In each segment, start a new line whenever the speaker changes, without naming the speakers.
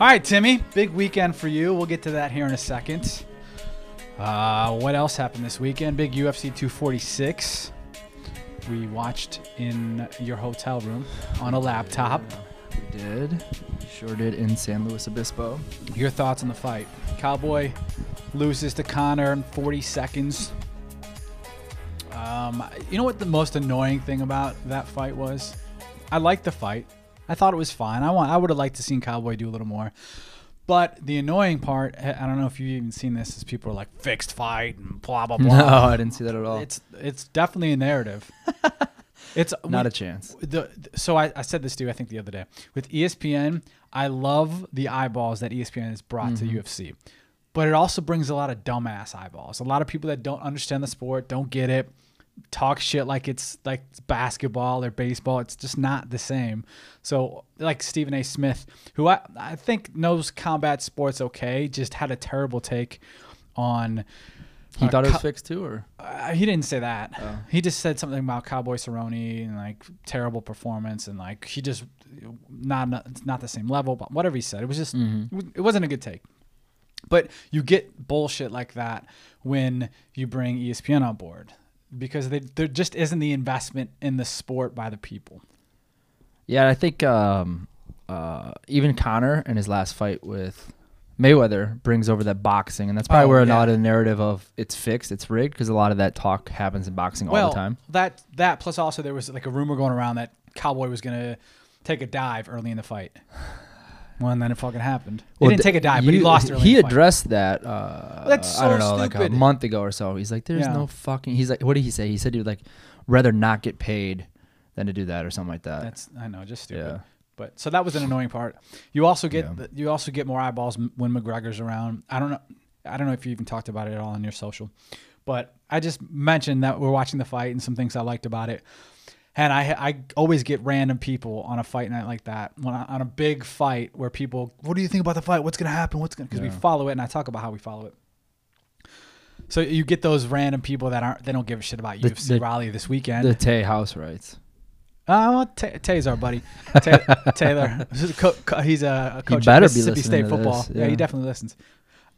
All right, Timmy, big weekend for you. We'll get to that here in a second. Uh, what else happened this weekend? Big UFC 246. We watched in your hotel room on a laptop.
We did. Sure did in San Luis Obispo.
Your thoughts on the fight? Cowboy loses to Connor in 40 seconds. Um, you know what the most annoying thing about that fight was? I liked the fight. I thought it was fine. I want. I would have liked to seen Cowboy do a little more. But the annoying part, I I don't know if you've even seen this, is people are like fixed fight and blah blah blah.
No, I didn't see that at all.
It's it's definitely a narrative. it's
Not a chance.
the so I, I said this to you I think the other day with E ESPN I love the eyeballs that E ESPN has brought to UFC but it also brings a lot of dumbass eyeballs a lot of people that don't understand the sport don't get it talk shit like it's like it's basketball or baseball it's just not the same so like Stephen A Smith who I I think knows combat sports okay just had a terrible take on
He
uh,
thought it
co-
was fixed too, or
uh, he didn't say that.
Oh.
He just said something about Cowboy Cerrone and like terrible performance and like he just not not, it's not the same level. But whatever he said, it was just
Mm-hmm.
it wasn't a good take. But you get bullshit like that when you bring E ESPN on board because they, there just isn't the investment in the sport by the people.
yeah, I think um, uh, even Connor in his last fight with Mayweather brings over that boxing, and that's probably
Oh,
where a
yeah.
lot of the narrative of it's fixed, it's rigged, because a lot of that talk happens in boxing all the time.
That that plus also there was like a rumor going around that Cowboy was gonna take a dive early in the fight. Well, and then it fucking happened. He didn't take
th-
a dive, but he
you-
lost early.
He
in the fight.
addressed that. Uh,
That's
I don't
so
know, like a
stupid.
month ago or so. He's like, "There's
Yeah.
no fucking." He's like, "What did he say?" He said he would like rather not get paid than to do that or something like that.
That's I know, just stupid.
Yeah.
But so that was an annoying part. You also get
Yeah.
the- you also get more eyeballs m- when McGregor's around. I don't know. I don't know if you even talked about it at all on your social, but I just mentioned that we're watching the fight and some things I liked about it. And I I always get random people on a fight night like that when I, on a big fight where people, what do you think about the fight? What's gonna happen? What's gonna because we follow it and I talk about how we follow it. So you get those random people that aren't they don't give a shit about UFC
the-
Raleigh this weekend.
the Tay House rights.
Oh, Ta Tay's our buddy. Ta Taylor, This is a co- co- he's a, a coach at
better be
Mississippi
listening
State
to
football.
this,
Yeah.
yeah.
he definitely listens.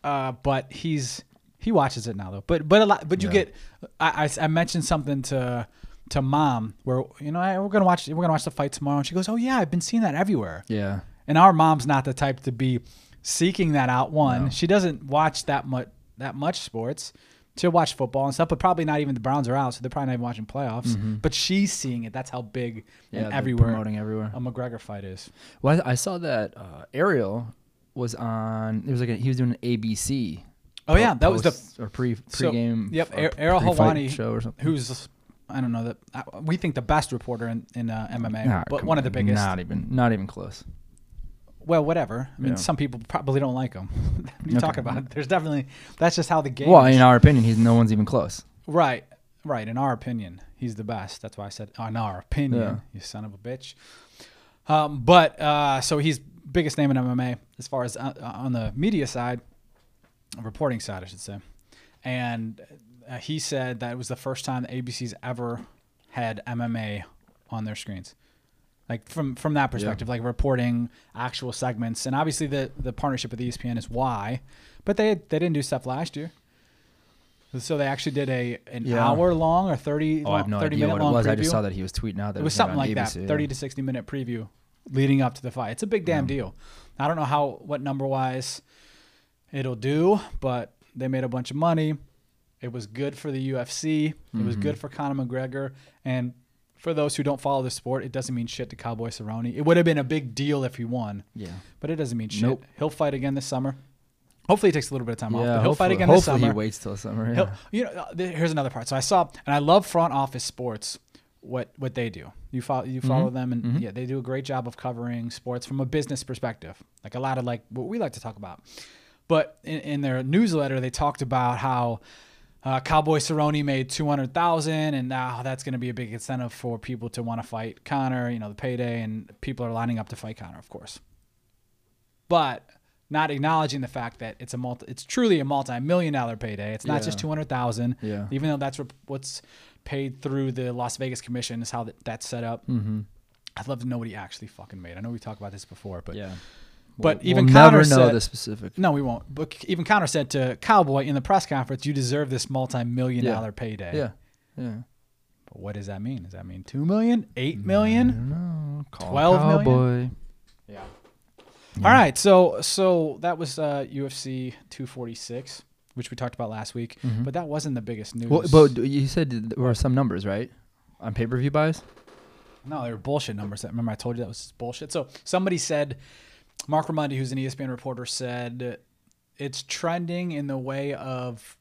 Uh, but he's he watches it now though. But but a lot. But you
Yeah.
get. I, I I mentioned something to to mom where you know "Hey, we're gonna watch we're gonna watch the fight tomorrow, and she goes, "Oh yeah, I've been seeing that everywhere."
Yeah.
And our mom's not the type to be seeking that out. One, she doesn't watch that much that much sports. She'll watch football and stuff, but probably not even the Browns are out, so they're probably not even watching playoffs. But she's seeing it. That's how big
Mm-hmm. Yeah,
and
they're
everywhere Um,
promoting everywhere.
a McGregor fight is.
Well, I I saw that uh, Ariel was on. It was like a, he was doing an ABC.
Oh, yeah, that was the-
post- or pre
So,
pregame.
yep,
or
Ar- Errol
pre-fight
Hawani,
show or something.
who's I don't know that I- we think the best reporter in, in uh, MMA,
Nah,
but
come
one of the
on,
biggest.
Not even not even close.
Well, whatever. I mean,
Yeah.
some people probably don't like him. what are you
Okay.
talking about? There's definitely that's just how the game.
Well,
is.
in our opinion, he's no one's even close.
Right, right. In our opinion, he's the best. That's why I said in our opinion,
Yeah.
you son of a bitch. Um, but uh, so he's biggest name in MMA as far as uh, on the media side, reporting side, I should say. And uh, he said that it was the first time that ABC's ever had MMA on their screens. Like from from that perspective, like reporting actual segments, and obviously the the partnership with E ESPN is why, but they they didn't do stuff last year. So they actually did a an
Yeah.
hour long or thirty
Oh, I have no
30
idea
minute
what it
long
was.
preview.
I just saw that he was tweeting out that
It was
gonna
something
be on
like that,
ABC, yeah.
30 to 60 minute preview leading up to the fight. It's a big damn
Mm.
deal. I don't know how what number wise it'll do, but they made a bunch of money. It was good for the UFC. It was
Mm-hmm.
good for Conor McGregor and for those who don't follow the sport, it doesn't mean shit to Cowboy Cerrone. It would have been a big deal if he won.
Yeah.
But it doesn't mean shit.
Nope.
He'll fight again this summer. Hopefully, he takes a little bit of time off. But
Yeah,
he'll fight
hopefully-
again this
Hopefully
summer.
he waits till summer.
He'll-
yeah.
you know, uh, th- here's another part. So I saw, and I love front office sports. What what they do? You follow you
Mm-hmm.
follow them, and yeah, they do a great job of covering sports from a business perspective, like a lot of like what we like to talk about. But in, in their newsletter, they talked about how uh, Cowboy Cerrone made two hundred thousand, and now that's going to be a big incentive for people to want to fight Connor. You know, the payday, and people are lining up to fight Connor, of course but not acknowledging the fact that it's a multi, it's truly a multi-million dollar payday. It's not just
Yeah.
200,000.
Yeah.
Even though that's rep- what's paid through the Las Vegas commission is how that, that's set up. Mm-hmm. I'd love to know what he actually fucking made. I know we talked about this before, but
Yeah.
But even
we'll
Connor
never know
said-
the specific.
No, we won't. But even Connor said to Cowboy in the press conference, "You deserve this multi-million
Yeah.
dollar payday."
Yeah, yeah.
But what does that mean? Does that mean two million, eight million?
No, call
12 million?
Cowboy. Mm-hmm.
Yeah. All right. So so that was uh, UFC 246, which we talked about last week.
Mhm.
But that wasn't the biggest news.
Well, but you said there were some numbers, right? On pay per view buys?
No, they were bullshit numbers. Remember, I told you that was bullshit. So somebody said, Mark Ramondi, who's an E ESPN reporter, said it's trending in the way of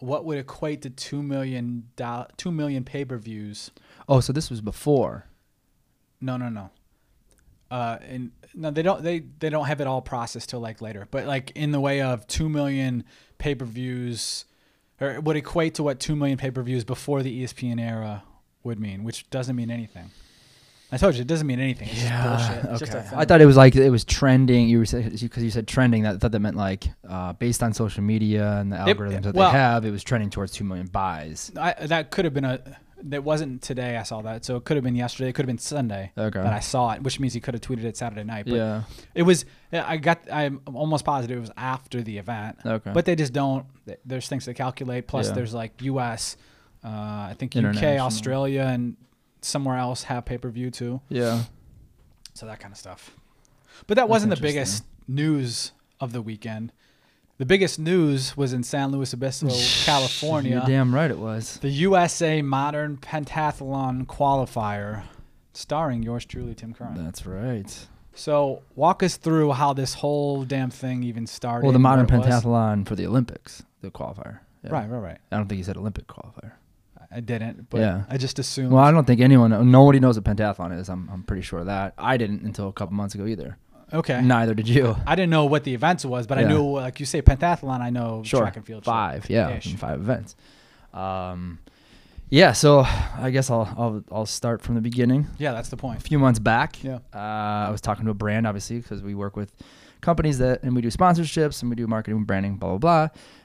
what would equate to two million do- two million pay per views.
Oh, so this was before.
No, no, no. Uh, and no, they don't. They they don't have it all processed till like later. But like in the way of two million pay per views, or it would equate to what two million pay per views before the E ESPN era would mean, which doesn't mean anything. I told you it doesn't mean anything. It's just bullshit. It's just a
okay.
thing.
I thought it was like it was trending. You were because you said trending. That I thought that meant like uh, based on social media and the algorithms that
well-
they have. It was trending towards two million buys.
I, that could have been a. That wasn't today. I saw that, so it could have been yesterday. It could have been Sunday
Okay.
that I saw it, which means he could have tweeted it Saturday night. But
yeah.
It was. I got. I'm almost positive it was after the event.
Okay.
But they just don't. There's things to calculate. Plus,
Yeah.
there's like U.S., uh, I think U.K.,
International.
Australia, and somewhere else have pay per view too.
Yeah.
So that kind of stuff. But that wasn't the
interesting.
biggest news of the weekend. The biggest news was in San Luis Obispo, California.
You're damn right it was.
The USA Modern Pentathlon Qualifier, starring yours truly, Tim Curran.
That's right.
So walk us through how this whole damn thing even started.
Well, the modern
where it was.
pentathlon for the Olympics, the qualifier. Yeah.
Right, right, right.
I don't think he said Olympic qualifier.
I didn't, but
Yeah.
I just assumed.
Well, I don't think anyone, nobody knows what pentathlon is. I'm, I'm pretty sure of that I didn't until a couple months ago either.
okay.
Neither did you.
I didn't know what the events was, but I
Yeah.
knew, like you say, pentathlon. I know
Sure.
track and field. sure.
five, yeah,
Ish.
from five events. Um, yeah. So I guess I'll, I'll I'll start from the beginning.
Yeah, that's the
A
point.
few months back,
Yeah.
uh, I was talking to a brand, obviously, because we work with companies that and we do sponsorships and we do marketing and branding, blah blah blah.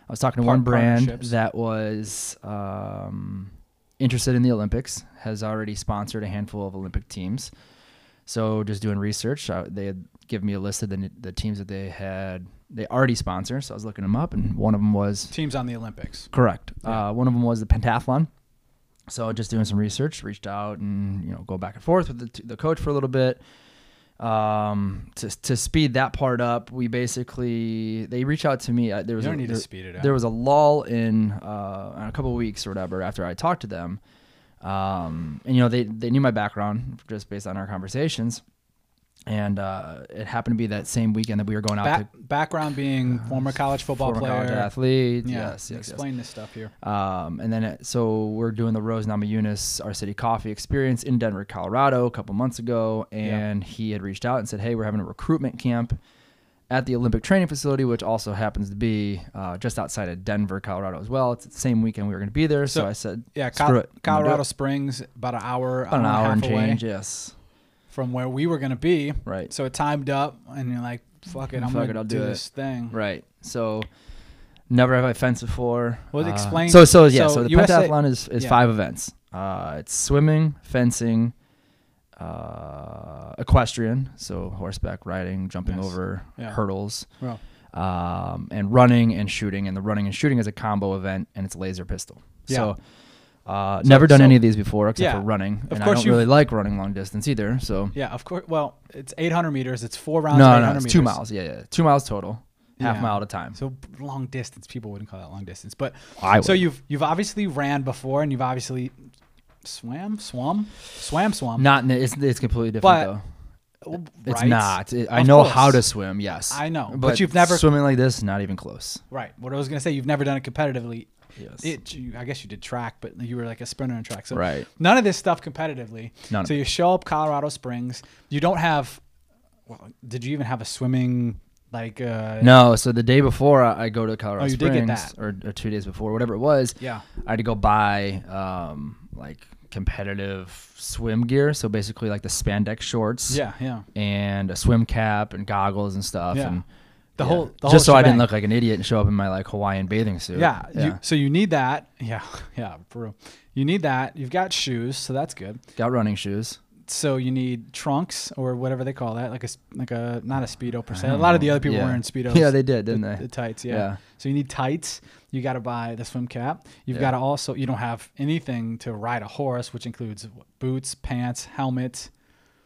I was talking to
Par-
one brand
partnerships.
that was um, interested in the Olympics, has already sponsored a handful of Olympic teams. So just doing research, I, they had given me a list of the, the teams that they had they already sponsor. So I was looking them up, and one of them was
Teams on the Olympics.
Correct. Uh, one of them was the pentathlon. So just doing some research, reached out and you know go back and forth with the, t- the coach for a little bit. Um, to to speed that part up, we basically they reached out to me. Uh, there
You
was
don't
a,
need to
there-
speed it up.
there was a lull in uh, a couple of weeks or whatever after I talked to them. Um, and you know they they knew my background just based on our conversations, and uh, it happened to be that same weekend that we were going out
Ba- background being former college
to
football
Uh, former
player.
college athletes.
Yeah,
Yes, yes, yes.
explain this stuff here.
Um, and then it, so we're doing the Rose Namajunas Our City Coffee Experience in Denver, Colorado, a couple months ago, and he had reached out and said, "Hey, we're having a recruitment camp at the Olympic Training Facility, which also happens to be uh, just outside of Denver, Colorado, as well. It's the same weekend we were going to be there." So,
So-
I said,
Yeah,
Screw
Col-
it. I'm gonna do
Colorado
it.
Springs, about an hour,
"About an hour
and
and
a half away
change, yes,
from where we were gonna be.
right,
So it timed up, and you're like, "Fuck it, I'm
Fuck
gonna
it, I'll
do,
do it."
this thing."
right." So never have I fenced before.
Well,
Uh,
explain-
so so yeah.
so
So, the
USA
pentathlon is is
yeah.
five events. Uh, it's swimming, fencing, uh, equestrian, so horseback riding, jumping
Nice.
over
Yeah.
hurdles,
Well,
um, and running and shooting. And the running and shooting is a combo event, and it's laser pistol. So. Uh,
So-
never done
so-
any of these before except
yeah.
for running,
Of
and I
course
don't
you've-
really like running long distance either. So
Yeah, of course. Well, it's 800 meters. It's four
no,
rounds. of
no,
800
it's
meters.
two miles. Yeah, yeah, two miles total, half
Yeah.
mile at a time.
So long distance. People wouldn't call that long distance, but
I
so
would.
you've you've obviously ran before, and you've obviously swam, swam, swam, swam.
Not in the- it's it's completely different
Um, But-
though.
Oh,
It's
right?
not. It- I
Of
know how
course.
to swim. Yes,
I know, but you've never-
swimming like this. Not even close.
Right. What I was gonna say, you've never done it competitively.
Yes,
It. You, I guess you did track, but you were like a sprinter in track. So
right.
none of this stuff competitively.
None of
So
it.
you show up Colorado Springs. You don't have. Well, did you even have a swimming like? Uh,
No, so the day before I I go to Colorado
Oh, you did
Springs,
get that.
Or, or two days before, whatever it was,
Yeah.
I had to go buy um, like competitive swim gear. So basically, like the spandex shorts,
Yeah. Yeah.
and a swim cap and goggles and stuff,
Yeah.
and
The
yeah.
whole. The
just so
whole
I didn't
shebang.
look like an idiot and show up in my like Hawaiian bathing suit.
Yeah. You, so you need that. Yeah. Yeah. Peru. You need that. You've got shoes, so that's good.
got running shoes.
so you need trunks or whatever they call that, like a s- like a not a speedo per se. A lot of the other people
Yeah.
were wearing speedos.
Yeah, they did, didn't
the,
they?
The tights, yeah.
Yeah.
So you need tights. You got to buy the swim cap. You've
Yeah.
got to also you don't have anything to ride a horse, which includes boots, pants, helmet.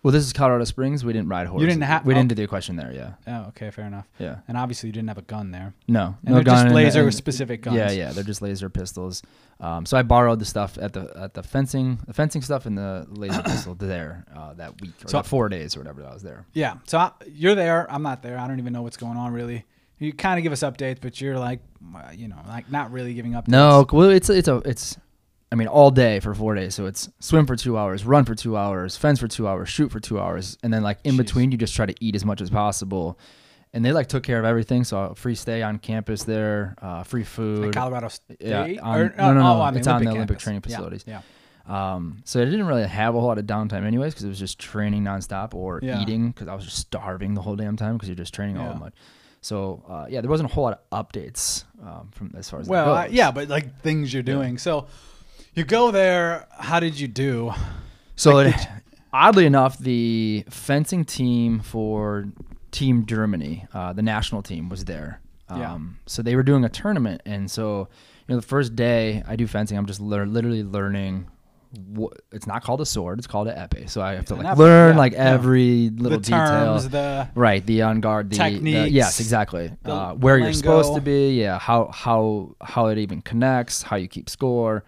Well, this is Colorado Springs. We didn't ride horses.
didn't ha-
We
oh.
didn't do the question there. Yeah.
Oh, okay, fair enough.
Yeah.
And obviously you didn't have a gun there.
No.
And
no
they're just
gun
laser specific guns.
Yeah, yeah. They're just laser pistols. Um, so I borrowed the stuff at the at the fencing, the fencing stuff, and the laser pistol there uh, that week, or
So-
that four days, or whatever that was there.
Yeah. So I, you're there. I'm not there. I don't even know what's going on really. You kind of give us updates, but you're like, uh, you know, like not really giving updates.
No, well, it's it's a it's, I mean, all day for four days. So it's swim for two hours, run for two hours, fence for two hours, shoot for two hours, and then like in
Jeez.
between, you just try to eat as much as possible. And they like took care of everything. So a free stay on campus there, uh, free food.
Like Colorado State.
on-
or, oh,
no, no, no,
on
it's on the
campus.
Olympic training
Yeah,
facilities.
Yeah.
Um, so I didn't really have a whole lot of downtime, anyways, because it was just training nonstop or
Yeah.
eating because I was just starving the whole damn time because you're just training all
Yeah.
that much. So uh, yeah, there wasn't a whole lot of updates um, from as far as that
Well, I-
goes.
yeah, but like things you're doing. So you go there. How did you do?
So it- oddly enough, the fencing team for Team Germany, uh, the national team, was there. Um,
Yeah.
So they were doing a tournament, and so you know the first day I do fencing, I'm just lear- literally learning. What, it's not called a sword; it's called an epee. So I have to
An
like
epee,
learn
yeah,
like
yeah.
every little
the
detail.
terms, the
Right, the on guard, the, the-
Techniques,
yes, exactly.
the
uh, where you're supposed
lingo.
to be, yeah. How how how it even connects, how you keep score,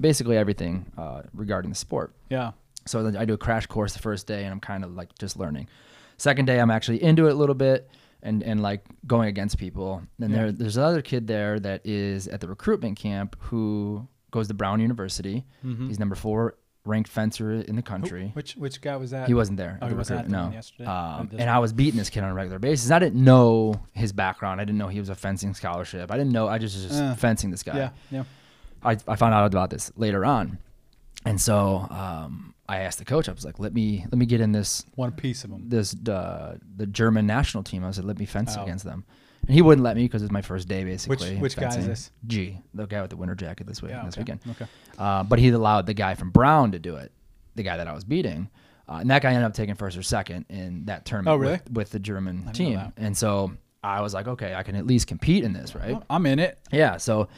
basically everything uh, regarding the sport.
yeah.
So then I do a crash course the first day, and I'm kind of like just learning. Second day, I'm actually into it a little bit, and and like going against people. Then
Yeah.
there there's another kid there that is at the recruitment camp who goes to Brown University.
Mm-hmm.
He's number four ranked fencer in the country.
Which which guy was that?
He wasn't there.
Oh,
at
he
the
wasn't at
recruit-
the
no.
one yesterday? Or
Um,
this
and I was beating this kid on a regular basis. I didn't know his background. I didn't know he was a fencing scholarship. I didn't know. I just was just
Uh,
fencing this guy.
Yeah. Yeah.
I, I found out about this later on, and so um, I asked the coach. I was like, "Let me let me get in this
One piece of him.
this uh, the German national team." I said, "Let me fence
Oh.
against them," and he wouldn't let me because it's my first day basically.
which guy is
fencing.
this?
G, the guy with the winter jacket this week
Yeah.
this
okay.
weekend.
Okay.
Uh, but he allowed the guy from Brown to do it, the guy that I was beating. Uh, and that guy ended up taking first or second in that tournament
Oh, really?
with, with the German
know
team.
that.
And so I was like, okay, I can at least compete in this, right?
Oh, I'm in it.
Yeah. So,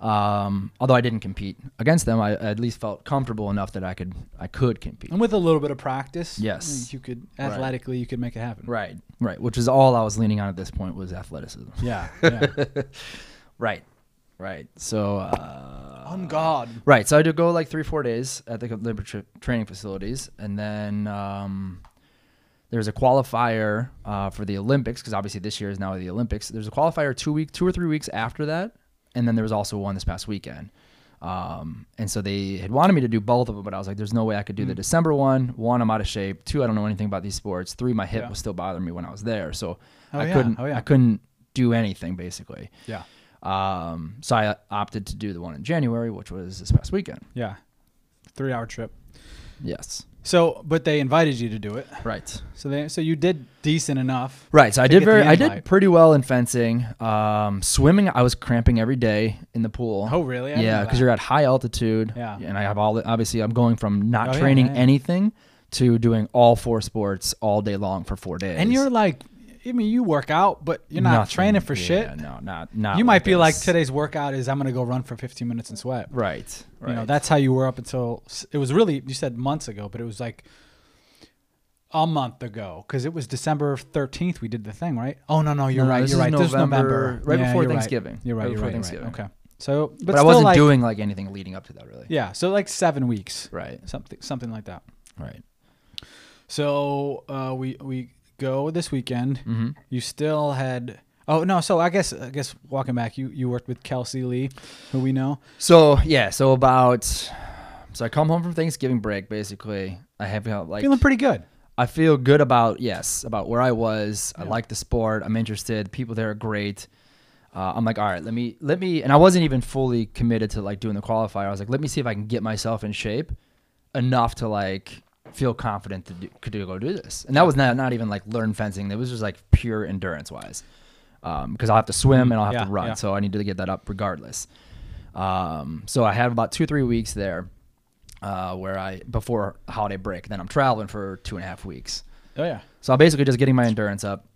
um, although I didn't compete against them, I, I at least felt comfortable enough that I could I could compete.
And with a little bit of practice,
Yes.
you could
Right.
athletically you could make it happen.
Right. Right. Which is all I was leaning on at this point was athleticism.
Yeah. yeah.
Right. Right. So. Uh,
On God.
Right. So I do go like three, four days at the Olympic tra- training facilities, and then um, there's a qualifier uh, for the Olympics because obviously this year is now the Olympics. There's a qualifier two week, two or three weeks after that, and then there was also one this past weekend. Um, and so they had wanted me to do both of them, but I was like, "There's no way I could
Mm.
do the December one. One, I'm out of shape. Two, I don't know anything about these sports. Three, my hip
Yeah.
was still bothering me when I was there, so
Oh,
I
yeah.
couldn't.
Oh, yeah.
I couldn't do anything basically.
Yeah.
Um, so I opted to do the one in January, which was this past weekend.
Yeah. Three hour trip.
Yes.
So, but they invited you to do it.
Right.
So they, so you did decent enough.
Right. So I
To
did
get the
very I
invite.
did pretty well in fencing. Um swimming I was cramping every day in the pool.
Oh, really? I didn't
yeah,
know
cuz
that.
you're at high altitude.
Yeah.
And I have all the, obviously I'm going from not
Oh, yeah,
training
yeah, yeah.
anything to doing all four sports all day long for 4 days.
and you're like, I mean, you work out, but you're not
Nothing.
training for
Yeah,
shit.
No, not not
you might be like,
this.
today's workout is I'm gonna go run for 15 minutes and sweat.
Right. Right.
You know, that's how you were up until it was really you said months ago, but it was like a month ago because it was December 13th we did the thing, right? Oh no, no, you're
No,
right.
this
You're
is
right. this is November,
November, right before
you're right.
Thanksgiving.
You're right.
Right
you're
before
right, you're right.
Thanksgiving.
Okay. So, but,
but I
still,
wasn't
like-
doing like anything leading up to that really.
Yeah. So like seven weeks,
Right.
something something like that.
Right.
So uh, we we go this weekend.
Mhm.
You still had oh no. So I guess I guess walking back, you you worked with Kelsey Lee, who we know.
So yeah, so about so I come home from Thanksgiving break basically. I have you know, like
Feeling pretty good.
I feel good about yes about where I was. I
Yeah.
like the sport. I'm interested. People there are great. Uh, I'm like, all right, let me let me, and I wasn't even fully committed to like doing the qualifier. I was like, let me see if I can get myself in shape enough to like feel confident to do, could do, go do this. And that was not not even like learn fencing. It was just like pure endurance wise, because I'll have to swim and I'll have
Yeah,
to run.
yeah.
So I need to get that up regardless. Um, so I had about two three weeks there, uh, where I before holiday break. Then I'm traveling for two and a half weeks.
Oh yeah.
So I'm basically just getting my endurance up.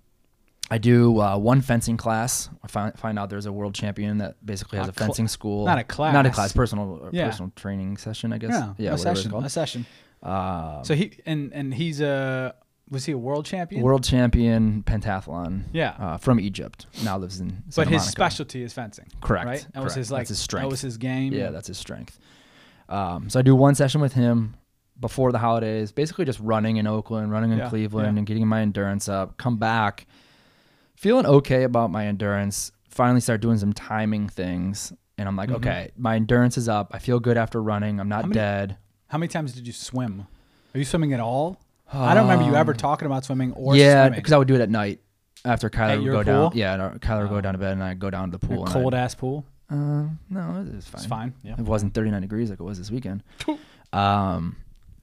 I do uh, one fencing class. I find, find out there's a world champion that basically has
A
a
cl-
fencing school.
not a class.
Not a class. Personal or
Yeah.
personal training session, I guess.
Yeah.
yeah
a
whatever it's
session.
called.
A session.
Uh,
So he and and he's a was he a world champion?
world champion pentathlon.
Yeah.
Uh, from Egypt. Now lives in.
but
Santa
his
Monica.
specialty is fencing.
Correct.
Right. That was
correct.
his like
That's his strength.
That was his game.
Yeah, that's his strength. Um, so I do one session with him before the holidays, basically just running in Oakland, running in
Yeah,
Cleveland,
yeah.
and getting my endurance up. Come back, feeling okay about my endurance. Finally, start doing some timing things, and I'm like,
Mhm.
okay, my endurance is up. I feel good after running. I'm not
How many-
dead.
How many times did you swim? Are you swimming at all? I don't remember you ever
Um,
talking about swimming or
yeah,
swimming.
because I would do it at night after Kyler would
your
go down.
pool?
Yeah, and, uh, Kyler would
Oh.
go down to bed, and I go down to the pool.
Your
and
cold
I'd-
ass pool.
Uh, no, it was fine.
It's fine. Yeah.
It wasn't 39 degrees like it was this weekend. um,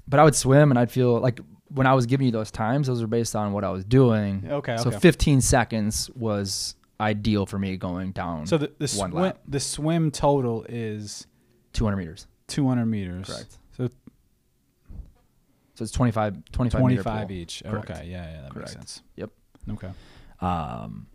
but I would swim and I'd feel like when I was giving you those times, those were based on what I was doing.
Okay.
So
okay.
15 seconds was ideal for me going down
So the the
one
swim,
lap.
the swim total is
200 meters.
200 meters. So
So it's 25, 25, meter
25
pool.
each. Oh,
Correct.
Okay. Yeah. Yeah. That
Correct.
makes sense.
Yep.
Okay.
Um,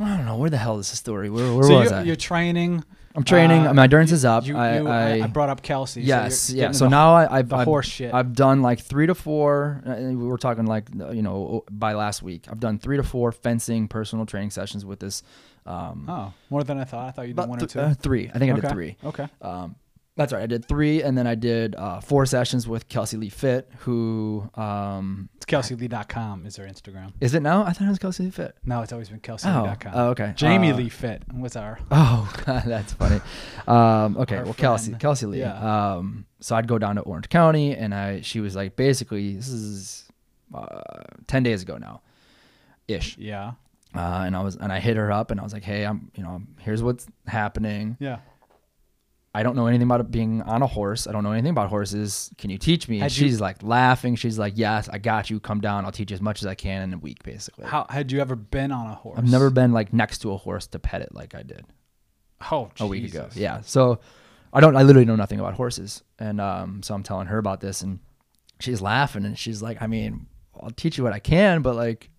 I don't know where the hell is the story. Where, where
so
was
you're,
I?
you're training.
I'm training.
uh,
my endurance
you-
is up.
You,
I,
you-
I,
I brought up Kelsey.
yes,
So you're
yeah.
getting
So
the-
now I, I've,
the
I've,
horse shit.
I've done like three to four. uh, We were talking like uh, you know by last week. I've done three to four fencing personal training sessions with this. Um,
oh, more than I thought. I thought you did
about
one
th-
or two.
uh, three. I think I
okay.
did three.
Okay.
Um, that's right. I did three, and then I did uh, four sessions with Kelsey Lee Fit, who um,
It's KelseyLee.com is her Instagram.
is it now? I thought it was Kelsey Lee Fit.
No, it's always been
Oh,
KelseyLee.com.
oh, okay.
Jamie
Uh,
Lee Fit was our.
Oh, God, that's funny. Um, okay,
Our
well, Kelsey,
friend.
Kelsey Lee.
Yeah.
Um, so I'd go down to Orange County, and I she was like, basically, this is uh, ten days ago now, ish.
Yeah.
Uh, and I was and I hit her up, and I was like, hey, I'm you know here's what's happening.
Yeah.
I don't know anything about it being on a horse. I don't know anything about horses. Can you teach me? And
Had you-
she's like laughing. She's like, yes, I got you. Come down. I'll teach you as much as I can in a week, basically.
How had you ever been on a horse?
I've never been like next to a horse to pet it like I did.
Oh, Jesus.
a week ago. Yeah. So I don't I literally know nothing about horses. And um so I'm telling her about this and she's laughing and she's like, I mean, I'll teach you what I can, but like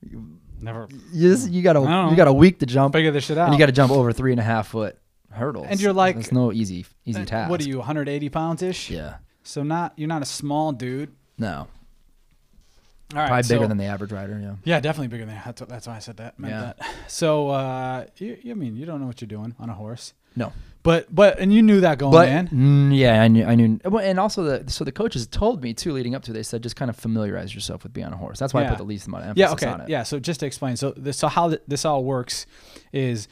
Never.
you just, you got
I don't
a
know.
you got a week to jump
Figure this shit out.
and you gotta jump over three and a half foot hurdles.
And you're like-
it's no easy easy
Uh,
task.
What are you, 180 pounds ish?
Yeah.
So not you're not a small dude.
No.
All right.
Probably bigger
so-
than the average rider, yeah.
Yeah, definitely bigger than that. That's, what- that's why I said that. Meant
Yeah.
that. So uh, you, you mean you don't know what you're doing on a horse,
No.
but but and you knew that going
But
in.
mm, yeah, I knew, I knew, well, and also the so the coaches told me too leading up to. They said just kind of familiarize yourself with being on a horse. That's why I
Yeah.
put the least amount of emphasis
Yeah. Okay.
on it.
Yeah. So just to explain, so this, so how th- this all works is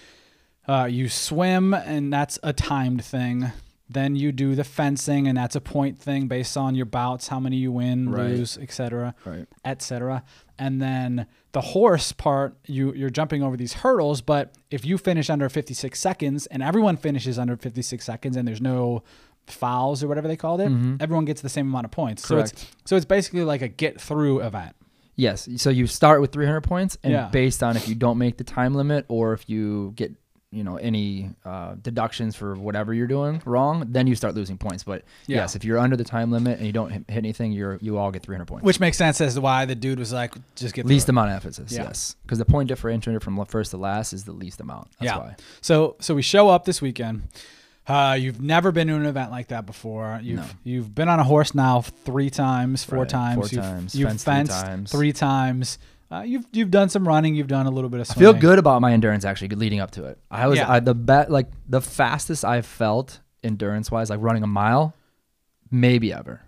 uh, you swim and that's a timed thing. Then you do the fencing and that's a point thing based on your bouts, how many you win,
Right.
lose, etc.
Right.
etc. And then the horse part, you you're jumping over these hurdles, but if you finish under 56 seconds and everyone finishes under 56 seconds and there's no fouls or whatever they called it,
Mhm.
everyone gets the same amount of points. So
Correct.
it's so it's basically like a get through event.
Yes. So you start with 300 points, and
Yeah.
based on if you don't make the time limit or if you get, you know, any uh, deductions for whatever you're doing wrong, then you start losing points. But
Yeah.
yes, if you're under the time limit and you don't hit hit anything, you're you all get 300 points.
Which makes sense as to why the dude was like, just get
least
through it.
amount of emphasis.
Yeah.
Yes. Because the point differentiator from first to last is the least amount. That's
yeah.
why.
So so we show up this weekend. Uh, you've never been to an event like that before. You've
No.
you've been on a horse now three times, four
Right,
times.
four
you've,
times,
You've
fenced
fenced,
three times.
three times. Uh, you've you've done some running. You've done a little bit of.
I feel
Swimming.
good about my endurance actually leading up to it. I was
Yeah.
I, the bet like the fastest I've felt endurance wise, like running a mile, maybe ever.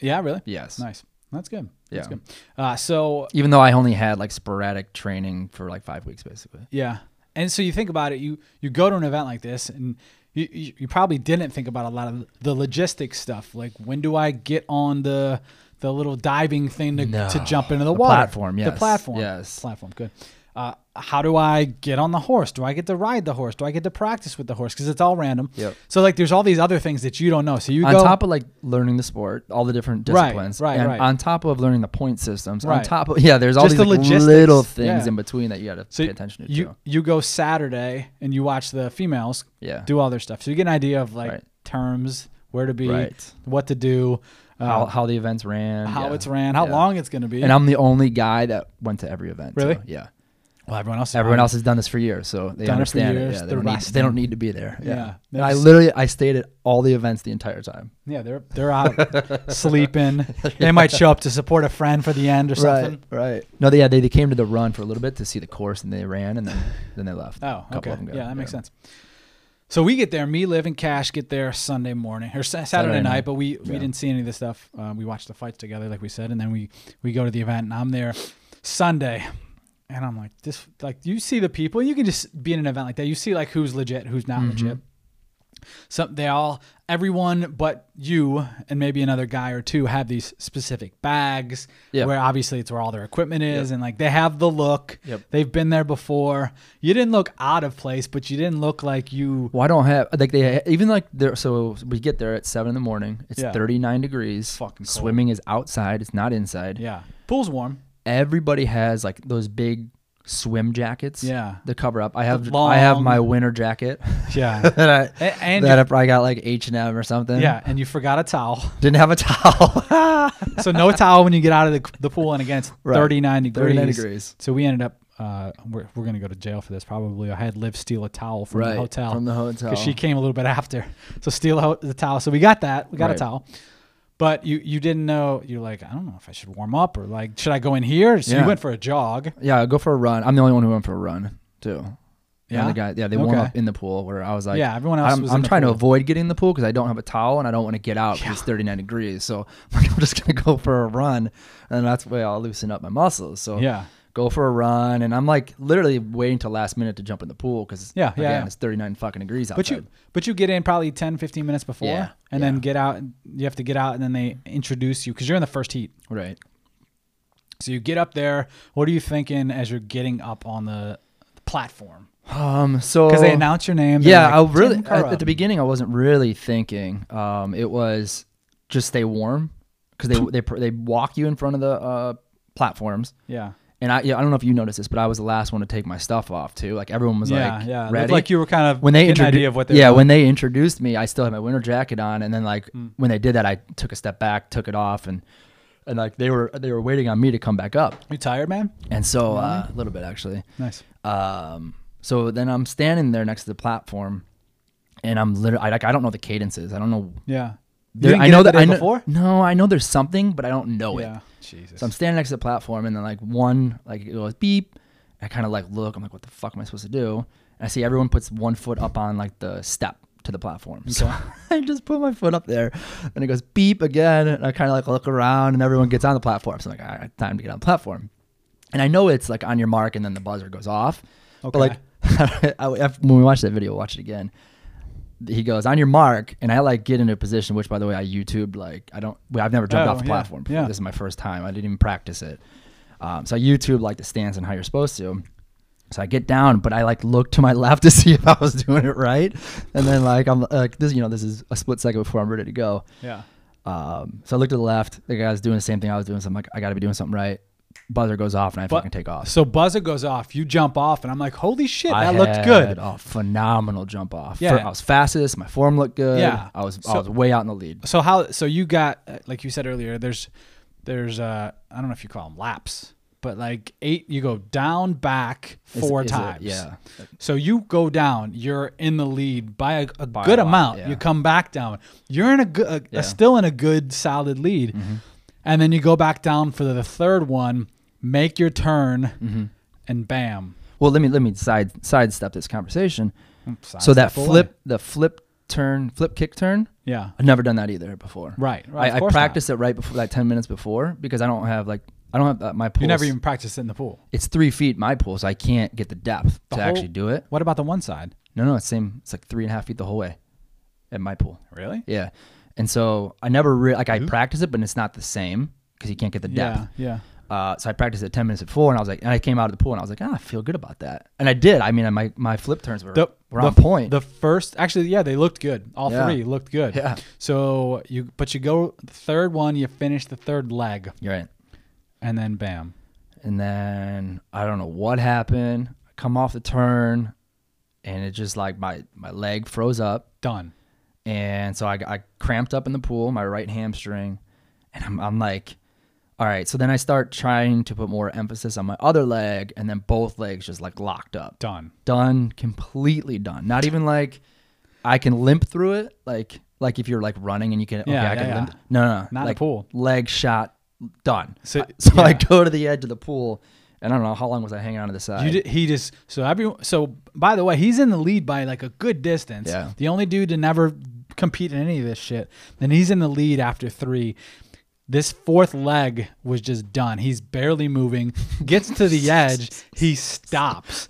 Yeah, really.
Yes.
Nice. That's good. That's
Yeah.
good. Uh, so
even though I only had like sporadic training for like five weeks, basically.
yeah, and so you think about it. You you go to an event like this, and you you, you probably didn't think about a lot of the logistics stuff. Like when do I get on the the little diving thing to,
No.
to jump into the,
The
water?
platform, yes.
The platform.
Yes.
Platform. Good. Uh, how do I get on the horse? Do I get to ride the horse? Do I get to practice with the horse? Because it's all random.
Yep.
So like, there's all these other things that you don't know. So you
on
go
top of like learning the sport, all the different
Right,
disciplines,
right,
and
right.
on top of learning the point systems, on
Right.
top of yeah, there's all
Just
these
the
like,
logistics,
little things
yeah.
in between that you got to
so
pay attention to.
you
too.
you go Saturday and you watch the females
Yeah,
do all their stuff. So you get an idea of like
Right.
terms, where to be,
Right.
what to do, uh,
how,
how,
how the events ran, yeah.
it's ran, how
Yeah.
long it's going to be.
And I'm the only guy that went to every event.
Really?
too. Yeah.
well, everyone else,
Everyone else has done this for years, so
Done
they
it for
understand it.
years,
Yeah, they,
they're
don't need, they
resting.
don't need to be there. Yeah.
Yeah.
And I
They're-
literally I stayed at all the events the entire time.
yeah, they're they're out sleeping. They might show up to support a friend for the end or something.
Right. No, they, yeah, they, they came to the run for a little bit to see the course, and they ran, and then then they left.
Oh,
Couple
okay,
of 'em got-
yeah, that makes
yeah.
sense. So we get there. Me, Liv, and Cash get there Sunday morning or Sa- Saturday,
Saturday
night,
night.
But we we
Yeah.
didn't see any of this stuff. Um, we watched the fights together, like we said, and then we we go to the event. And I'm there Sunday, and I'm like, this like you see the people. You can just be in an event like that. You see like who's legit, who's
Mm-hmm.
not legit. Some they all everyone but you and maybe another guy or two have these specific bags
Yeah.
where obviously it's where all their equipment is and like they have the look.
Yep.
They've been there before. You didn't look out of place, but you didn't look like you
Well, I don't have like they even like there. So we get there at seven in the morning. It's
Yeah.
39 degrees.
Fucking cold.
Swimming is outside. It's not inside.
Yeah. Pool's warm.
Everybody has like those big swim jackets.
Yeah.
The cover up. I have
long-
I have my winter jacket.
Yeah.
that I,
A- and
that
you-
I probably got like H and M or something.
yeah, and you forgot a towel.
Didn't have a towel.
So no towel when you get out of the, the pool and again it's
Right.
39 degrees.
39 degrees.
So we ended up uh, we're, we're going to go to jail for this probably. I had Liv steal a towel from the hotel.
from the hotel.
because she came a little bit after. So steal out the towel. So we got that. We got
Right.
a towel. But you you didn't know. You're like, I don't know if I should warm up or like, should I go in here? So
Yeah.
you went for a jog.
yeah, go for a run. I'm the only one who went for a run too.
Yeah?
the guy. Yeah, they warm
Okay.
up in the pool. Where I was like,
Yeah, everyone else
I'm,
was
I'm
in the
trying to
pool.
avoid getting in the pool because I don't have a towel and I don't want to get out 'cause it's 39 degrees. So I'm like, I'm just gonna go for a run, and that's the way I'll loosen up my muscles. So
Yeah.
go for a run, and I'm like literally waiting till last minute to jump in the pool because
Yeah, yeah,
again,
yeah.
it's 39 fucking degrees outside.
But you but you get in probably 10, 15 minutes before,
Yeah,
and
yeah.
then get out. and You have to get out, and then they introduce you because you're in the first heat.
right.
So you get up there. What are you thinking as you're getting up on the platform?
Um. So
Because they announce your name. they're
Yeah,
like,
I really
"Tim
at, at the
Curran."
beginning I wasn't really thinking. Um, it was just stay warm because they they pr- they walk you in front of the uh, platforms.
Yeah.
And I yeah, I don't know if you noticed this, but I was the last one to take my stuff off too. Like everyone was
Yeah,
like
yeah. Looked
ready.
like you were kind of
when they
getting an
introdu-
idea of what they
yeah
were
when they introduced me, I still had my winter jacket on, and then like
Hmm.
when they did that, I took a step back, took it off, and and like they were they were waiting on me to come back up,
You tired, man?
and so uh, a little bit actually.
Nice.
Um, so then I'm standing there next to the platform, and I'm literally I, like I don't know the cadences. I don't know.
Yeah. You
There-
didn't
I
get
know
it the
that I
day
know.
before.
No, I know there's something, but I don't know
Yeah.
it.
Jesus.
So I'm standing next to the platform, and then like one like it goes beep. I kind of like look. I'm like, what the fuck am I supposed to do? And I see everyone puts one foot up on like the step to the platform. So I just put my foot up there, and it goes beep again. And I kind of like look around, and everyone gets on the platform. So I'm like, all right, time to get on the platform. And I know it's like on your mark, and then the buzzer goes off. But
Okay.
like I, I- when we watch that video, watch it again. He goes on your mark, and I like get into a position. Which, by the way, I YouTube like I don't. well, I've never jumped
Oh,
off the
yeah,
platform. before.
yeah.
This is my first time. I didn't even practice it. Um, so I YouTube like the stance and how you're supposed to. So I get down, but I like look to my left to see if I was doing it right, and then like I'm like this. You know, this is a split second before I'm ready to go.
Yeah.
Um, so I look to the left. The guy's doing the same thing I was doing. So I'm like, I got to be doing something right. Buzzer goes off, and I
But-
fucking take off.
So buzzer goes off. You jump off, and I'm like, "Holy shit,
I
that looked
had
good."
A phenomenal jump off.
Yeah.
Fir- I was fastest. My form looked good.
Yeah.
I was I
So-
was way out in the lead.
So how? So you got uh, like you said earlier. There's, there's uh, I don't know if you call them laps, but like eight. You go down, back
Is-
four
is it-
times.
yeah.
So you go down. You're in the lead by a, a
a
good
lot,
amount.
yeah.
You come back down. You're in a good, a,
Yeah. Mm-hmm.
still in a good solid lead, and then you go back down for the third one. Make your turn,
Mm-hmm.
and bam.
Well, let me let me side sidestep this conversation.
Side
so that
step away.
flip, the flip turn, flip kick turn.
Yeah.
I've never done that either before.
Right, right, of
I, I
course not.
practiced it right before, like ten minutes before, because I don't have like I don't have uh, my pool.
You never even practiced it in the pool.
It's three feet my pool, so I can't get the depth
The
to
whole-
actually do it.
What about the one side?
No, no, it's same. It's like three and a half feet the whole way, at my pool.
Really?
Yeah. And so I never really like I practice it, but it's not the same because you can't get the depth.
Yeah. Yeah.
Uh, so I practiced it 10 minutes before, and I was like, and I came out of the pool, and I was like, ah, I feel good about that. And I did. I mean, my, my flip turns were, were on point.
The first, actually, yeah, they looked good. All
Yeah.
three looked good.
Yeah.
So you, but you go the third one, you finish the third leg,
You're right.
and then bam.
And then I don't know what happened. I come off the turn, and it just like my, my leg froze up,
Done.
And so I, I cramped up in the pool, my right hamstring, and I'm, I'm like, all right. So then I start trying to put more emphasis on my other leg, and then both legs just like locked up.
Done.
Done, completely done. Not even like I can limp through it, like like if you're like running and you can, okay,
Yeah, yeah,
I can
yeah.
limp. No, no, no.
Not a
like,
pool.
Leg shot, done.
So-
I- so I
yeah.
go to the edge of the pool, and I don't know how long was I hanging on to the side.
You di- he just so every so by the way he's in the lead by like a good distance.
Yeah.
The only dude to never compete in any of this shit, and he's in the lead after three. This fourth leg was just done. He's barely moving. Gets to the edge. He stops.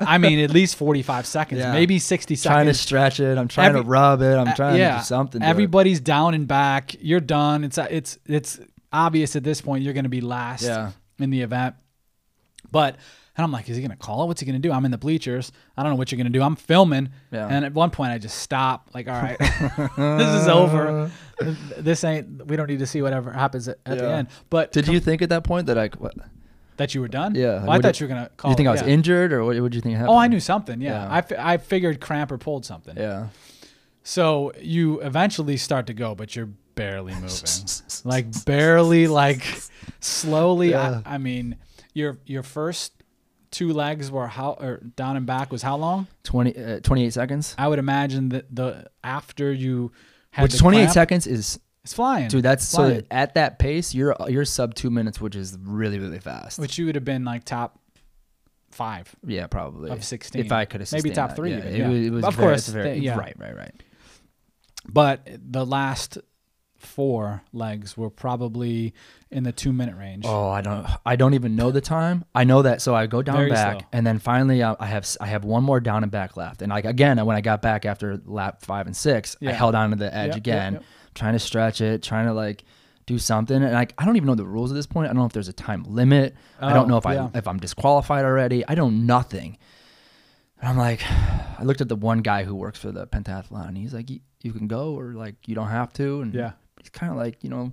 I mean, at least forty-five seconds,
Yeah.
maybe sixty
trying to
seconds.
stretch it. I'm trying to
Every-
rub it. I'm
Uh,
trying to do something. to it.
Everybody's down and back. You're done. It's uh, it's it's obvious at this point you're going to be last
Yeah.
in the event. But and I'm like, is he going to call it? What's he going to do? I'm in the bleachers. I don't know what you're going to do. I'm filming.
Yeah.
And at one point, I just stop. Like, all right, this is
Uh,
over. This ain't. We don't need to see whatever happens at, at the
Yeah.
end. But
Did you think at that point that I? What,
that you were done?
Yeah.
Well, I
Would
thought
it-
you were going to call.
you think
it,
I was
yeah.
injured or what? What do you think happened?
Oh, I knew something. Yeah.
Yeah.
I I, fi- I figured cramp or pulled something.
Yeah.
So you eventually start to go, but you're barely moving, like barely, like slowly.
Yeah.
I, I mean, your your first two legs were how or down and back was how long?
20, uh, 28 seconds.
I would imagine that the after you had
Which
the
twenty eight
cramp,
seconds is,
it's flying,
dude. That's so
Flying.
at that pace, you're you're sub two minutes, which is really really fast.
which you would have been like top five.
yeah, probably
of 16.
If I could have
Maybe top three
yeah,
even,
It,
yeah.
was, it was
Of
very-
course,
it's very,
they- yeah.
right, right, right.
But the last four legs were probably in the two minute range.
Oh, I don't, I don't even know the time. I know that, so I go down
Very
back,
slow.
and then finally uh, I, I have, s- I have one more down and back left, and like again, when I got back after lap five and six, I
Yeah.
held onto the edge
Yep, yep,
again,
yep.
trying to stretch it, trying to like do something, and like I don't even know the rules at this point. I don't know if there's a time limit. I don't
Oh,
know if
yeah.
I, Mm. if I'm disqualified already. I don't nothing. And I'm like, I looked at the one guy who works for the pentathlon, and he's like, "You- you can go or like you don't have to, and
Yeah.
he's kind of like, you know.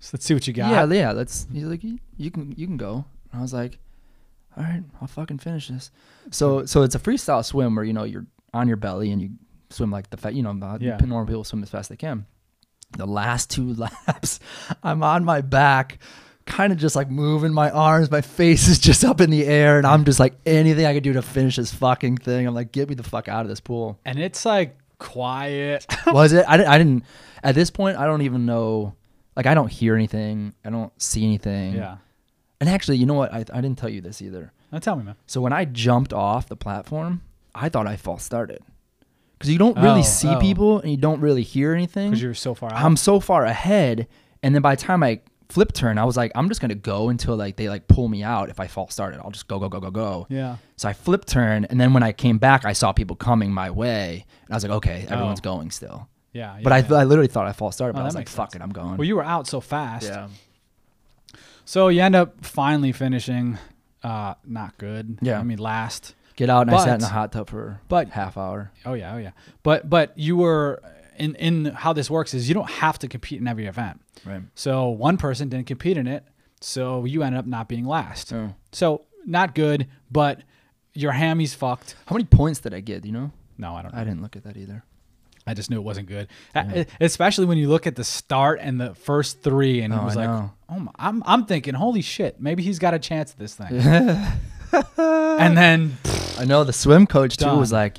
So let's see what you got.
Yeah, yeah. Let's. He's like, you, you can, you can go. And I was like, all right, I'll fucking finish this. So, so it's a freestyle swim where you know you're on your belly and you swim like the fa- you know the
Yeah.
normal people swim as fast as they can. The last two laps, I'm on my back, kind of just like moving my arms. My face is just up in the air, and I'm just like anything I could do to finish this fucking thing. I'm like, get me the fuck out of this pool.
And it's like quiet.
was it? I didn't, I didn't. At this point, I don't even know. Like, I don't hear anything. I don't see anything.
yeah.
And actually, you know what? I, I didn't tell you this either.
Now tell me, man.
So when I jumped off the platform, I thought I false started because you don't really
Oh,
see
oh.
people and you don't really hear anything.
Because you were so far out.
I'm so far ahead, and then by the time I flip turn, I was like, I'm just gonna go until like they like pull me out. If I false started, I'll just go go go go go.
yeah.
So I flip turn, and then when I came back, I saw people coming my way, and I was like, okay, everyone's
Oh.
going still.
Yeah. yeah
But I,
yeah.
I literally thought I false started, but
Oh,
I
that
was like,
makes
fuck
sense.
it, I'm going.
well, you were out so fast.
yeah.
So you end up finally finishing uh not good.
Yeah.
I mean last.
Get out, and I sat in
But-
the hot tub for
but-
half hour.
Oh yeah, oh yeah. But but you were in in how this works is you don't have to compete in every event.
Right.
So one person didn't compete in it, so you ended up not being last.
Oh.
So not good, but your hammy's fucked.
How many points did I get? You know,
No, I don't know.
I didn't look at that either.
I just knew it wasn't good. Uh, Especially when you look at the start and the first three, and
Oh,
it was
I
like,
know.
oh my, I'm, I'm thinking, holy shit, maybe he's got a chance at this thing. and then,
I know the swim coach too was
Done.
like,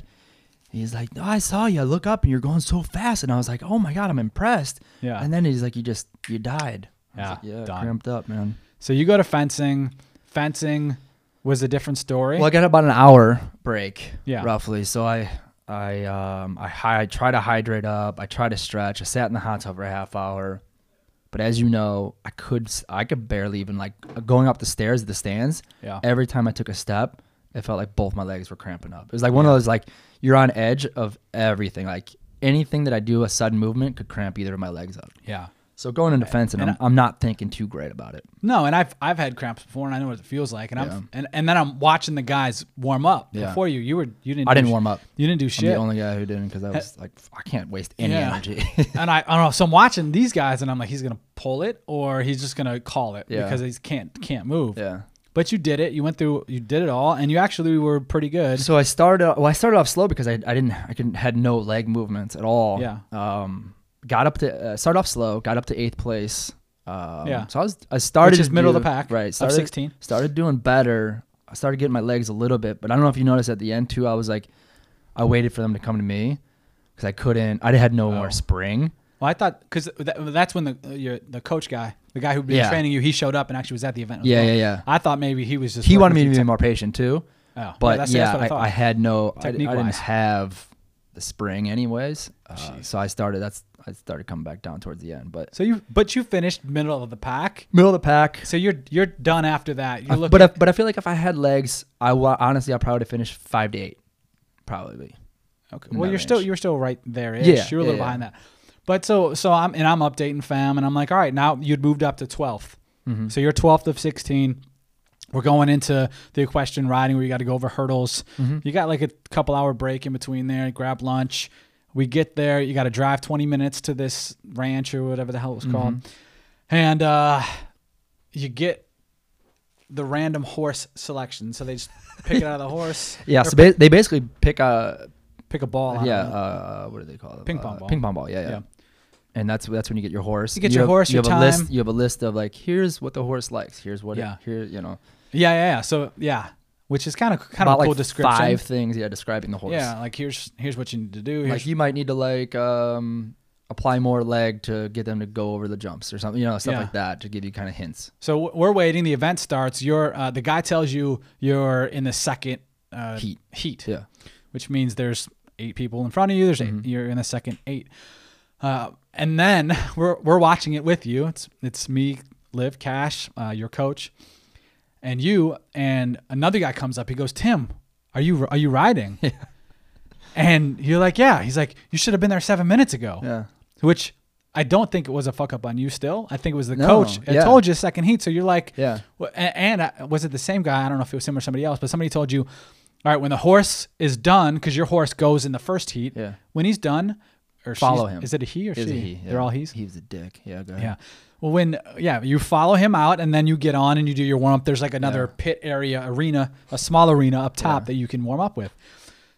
he's like, "No, I saw you. I Look up, and you're going so fast. And I was like, oh my god, I'm impressed.
Yeah.
And then he's like, you just you died. I was
Yeah,
like, yeah,
done.
cramped up, man.
so you go to fencing. Fencing was a different story.
Well, I got about an hour break,
Yeah.
roughly. So I, I, um, I, hi- I try to hydrate up. I try to stretch. I sat in the hot tub for a half hour, but as you know, I could, s- I could barely even like going up the stairs, the stands.
Yeah.
Every time I took a step, it felt like both my legs were cramping up. It was like one of those like you're on edge of everything. Like anything that I do, a sudden movement could cramp either of my legs up.
yeah.
So going into fencing,
and
I'm, I'm not thinking too great about it.
No, and I've I've had cramps before, and I know what it feels like. And I'm and, and then I'm watching the guys warm up
Yeah.
before you. You were you didn't.
I
do
didn't
sh-
warm up.
You didn't do
I'm the
shit.
only guy who didn't because I was like, "F- I can't waste any
Yeah.
energy.
and I, I don't know. So I'm watching these guys, and I'm like, he's gonna pull it, or he's just gonna call it
Yeah.
because he can't can't move.
yeah.
But you did it. You went through. You did it all, and you actually were pretty good.
So I started. Well, I started off slow because I, I didn't I couldn't had no leg movements at all.
Yeah.
Um, got up to uh, started off slow. Got up to eighth place. Um,
Yeah.
So I was I started
Which is
to
middle of
do-
the pack,
Right.
of
Started
16.
Started doing better. I started getting my legs a little bit, but I don't know if you noticed at the end too. I was like, I waited for them to come to me because I couldn't. I had no
Oh.
more spring.
Well, I thought because that's when the uh, your, the coach guy, the guy who'd been
Yeah.
training you, he showed up and actually was at the event. as
Yeah,
well.
yeah, yeah.
I thought maybe he was just.
He wanted me
working
to
with
be
you
more patient too.
te- oh,
But
that's,
yeah,
that's what I, thought.
I, I had no, I, I didn't
Technique-wise.
have the spring anyways. Uh, so I started. That's I started coming back down towards the end, but
so you, but you finished middle of the pack.
middle of the pack.
So you're you're done after that. You're
I-
looking.
Uh, but I, but I feel like if I had legs, I wa- honestly I probably would have finished five to eight, probably.
Okay.
in
Well,
that
you're still
range.
you're still right there.
Yeah,
Yeah, you're a little
yeah,
behind that. But so so I'm and I'm updating fam and I'm like, all right, now you'd moved up to 12th.
Mm-hmm.
So you're 12th of 16. We're going into the equestrian riding where you got to go over hurdles.
Mm-hmm.
You got like a couple hour break in between there. Grab lunch. We get there. You got to drive 20 minutes to this ranch or whatever the hell it was called,
Mm-hmm.
and uh, you get the random horse selection. So they just pick it out of the horse.
Yeah.
or
So ba- they basically pick a
pick a ball. out of
yeah.
it.
Uh, what do they call it?
Ping
Uh,
pong ball.
Ping pong ball. Yeah, yeah.
Yeah.
And that's that's when you get your horse.
You get your
have-
horse,
You
your
have a list.
time.
You have a list of like here's what the horse likes. Here's what.
Yeah.
It, here you know.
Yeah, yeah, yeah. So yeah, which is kind of kind
about
of a cool
like
description.
five things. Yeah, describing the horse.
Yeah, like here's here's what you need to do. Here's,
Like you might need to like um apply more leg to get them to go over the jumps or something. You know stuff
Yeah.
like that to give you kind of hints.
so w- we're waiting. The event starts. You're uh, the guy tells you you're in the second uh,
Heat.
heat,
Yeah.
which means there's eight people in front of you. There's eight,
Mm-hmm.
you're in the second eight, uh, and then we're we're watching it with you. It's it's me, Liv, Cash, uh, your coach, and you. And another guy comes up. He goes, Tim, are you are you riding? And you're like, yeah. He's like, you should have been there seven minutes ago.
Yeah.
which I don't think it was a fuck up on you. Still, I think it was the
No,
coach. It
yeah.
told you second heat, so you're like,
Yeah.
Well, a- And, I, was it the same guy? I don't know if it was him or somebody else, but somebody told you, all right, when the horse is done, because your horse goes in the first heat.
Yeah.
When he's done, or she's-
Follow him.
Is it a he or
Is
she?
a he. yeah.
They're all he's.
He's a dick. Yeah. Go ahead.
Yeah. Well, when yeah, you follow him out, and then you get on and you do your warm up. There's like another
Yeah.
pit area, arena, a small arena up top that you can warm up with.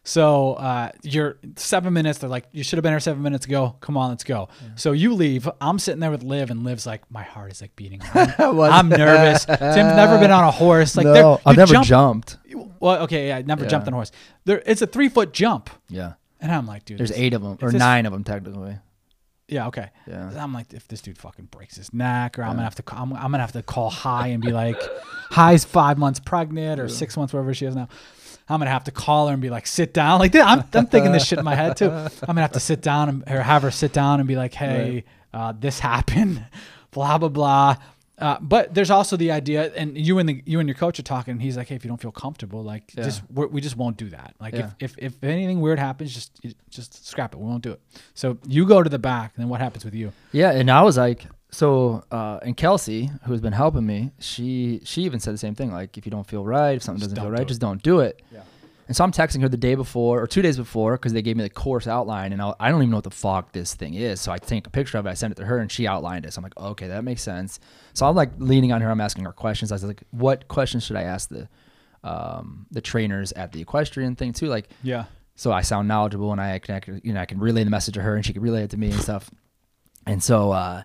So uh, you're seven minutes. They're like, you should have been here seven minutes ago. Come on, let's go. So you leave. I'm sitting there with Liv, and Liv's like, my heart is like beating. hard. I'm nervous. Tim's never been on a horse. Like, they're-
no, I've
you
never
jump-
jumped.
Well, okay, yeah, I never
Yeah.
jumped on a horse. There, it's a three foot jump,
Yeah.
and I'm like, dude,
There's
this-
eight of them, or
this-
nine of them technically.
Yeah, okay.
Yeah.
I'm like, if this dude fucking breaks his neck, or I'm gonna have to, call, I'm, I'm gonna have to call High and be like, High's five months pregnant or six months, whatever she is now. I'm gonna have to call her and be like, sit down. Like, th- I'm, I'm thinking this shit in my head too. I'm gonna have to sit down and or have her sit down and be like, hey, uh, this happened, blah blah blah. Uh, but there's also the idea, and you and the you and your coach are talking, and he's like, hey, if you don't feel comfortable, like, just we're, we just won't do that. Like,
Yeah.
if, if if anything weird happens, just just scrap it. We won't do it. So you go to the back, and then what happens with you?
Yeah, and I was like, so, uh, and Kelsey, who's been helping me, she she even said the same thing. Like, if you don't feel right, if something doesn't feel
don't
right,
do it.
just don't do it.
Yeah.
And so I'm texting her the day before or two days before because they gave me the course outline, and I, I don't even know what the fuck this thing is. So I take a picture of it, I send it to her, and she outlined it. So I'm like, okay, that makes sense. So I'm like leaning on her, I'm asking her questions. I was like, what questions should I ask the um, the trainers at the equestrian thing too? Like,
Yeah.
so I sound knowledgeable and I can, I can- you know I can relay the message to her and she can relay it to me and stuff. And so uh,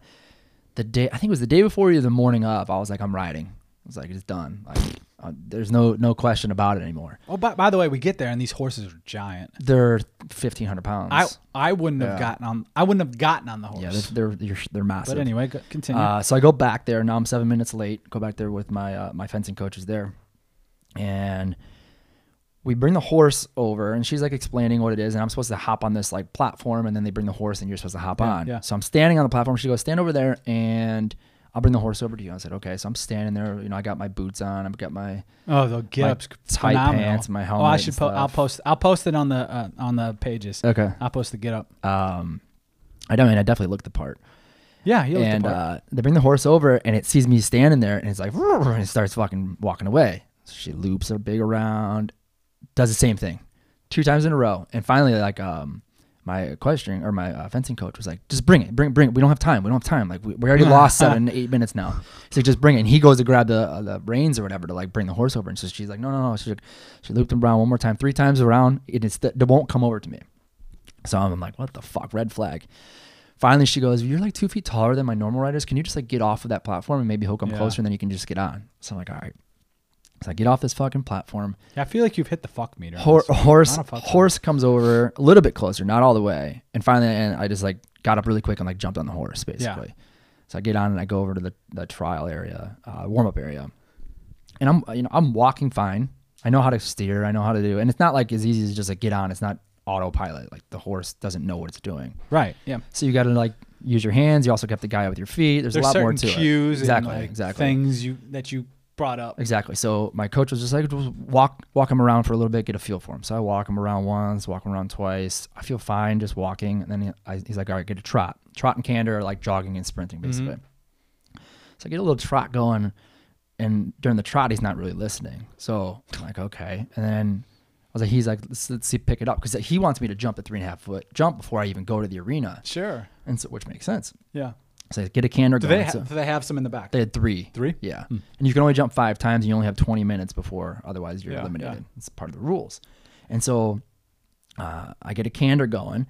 the day I think it was the day before or the morning of, I was like, I'm riding. I was like, it's done. Like, uh, there's no no question about it anymore.
Oh, by, by the way, we get there, and these horses are giant.
They're 1,500 pounds.
I I wouldn't have
Yeah.
gotten on. I wouldn't have gotten on the horse.
yeah, they're they're they're, they're massive.
but anyway, go, continue.
Uh, so I go back there. Now I'm seven minutes late. Go back there with my uh, my fencing coach is there, and we bring the horse over, and she's like explaining what it is, and I'm supposed to hop on this like platform, and then they bring the horse, and you're supposed to hop on.
yeah.
So I'm standing on the platform. She goes, stand over there, and I'll bring the horse over to you. I said, okay. So I'm standing there. You know, I got my boots on. I've got my
oh, the
my
get-ups,
tight
phenomenal.
pants, my
Oh,
helmet.
I
and
should. Po- I'll
stuff.
post. I'll post it on the uh, on the pages.
Okay.
I'll post the get up.
Um, I don't mean I definitely looked the part.
Yeah, he looked
and
the part.
uh, they bring the horse over and it sees me standing there and it's like "Roar," and it starts fucking walking away so she loops her big around does the same thing two times in a row and finally like um my equestrian or my uh, fencing coach was like, just bring it, bring, bring it. We don't have time. We don't have time. Like we, we already lost seven, eight minutes now. He's like, just bring it. And he goes to grab the uh, the reins or whatever to like bring the horse over. And so she's like, no, no, no. She she looped him around one more time, three times around. And it's it won't come over to me. So I'm like, what the fuck, red flag. Finally, she goes, "You're like two feet taller than my normal riders. Can you just like get off of that platform and maybe he'll come
Yeah.
closer, and then you can just get on?" So I'm like, "All right." So I get off this fucking platform.
Yeah, I feel like you've hit the fuck meter. on
Hor-
this one.
horse
Not a fuck
horse comes over a little bit closer, not all the way. And finally, and I just like got up really quick and like jumped on the horse basically. So I get on and I go over to the, the trial area, uh, warm up area, and I'm you know I'm walking fine. I know how to steer. I know how to do, and it's not like as easy as just like get on. It's not autopilot. Like the horse doesn't know what it's doing.
meter. Right. Yeah.
So you got to like use your hands. You also kept the guy up with your feet. There's,
There's
a lot
certain
more to
cues
it. Exactly,
and like
exactly,
things you that you brought up.
exactly. So my coach was just like, just walk, walk him around for a little bit, get a feel for him. So I walk him around once, walk him around twice. I feel fine just walking, and then he, I, he's like, all right, get a trot, trot and canter, like jogging and sprinting,
Mm-hmm.
basically. So I get a little trot going, and during the trot, he's not really listening. So I'm like, okay, and then. I was like, he's like, let's, let's see, pick it up. Cause he wants me to jump the three and a half foot jump before I even go to the arena.
Sure.
And so, which makes sense.
Yeah.
So get a canter
Do
going.
they ha-
so
do they have some in the back?
they had three.
Three? Hmm.
Yeah. And you can only jump five times and you only have 20 minutes before, otherwise you're
Yeah,
eliminated.
yeah.
It's part of the rules. And so uh, I get a canter going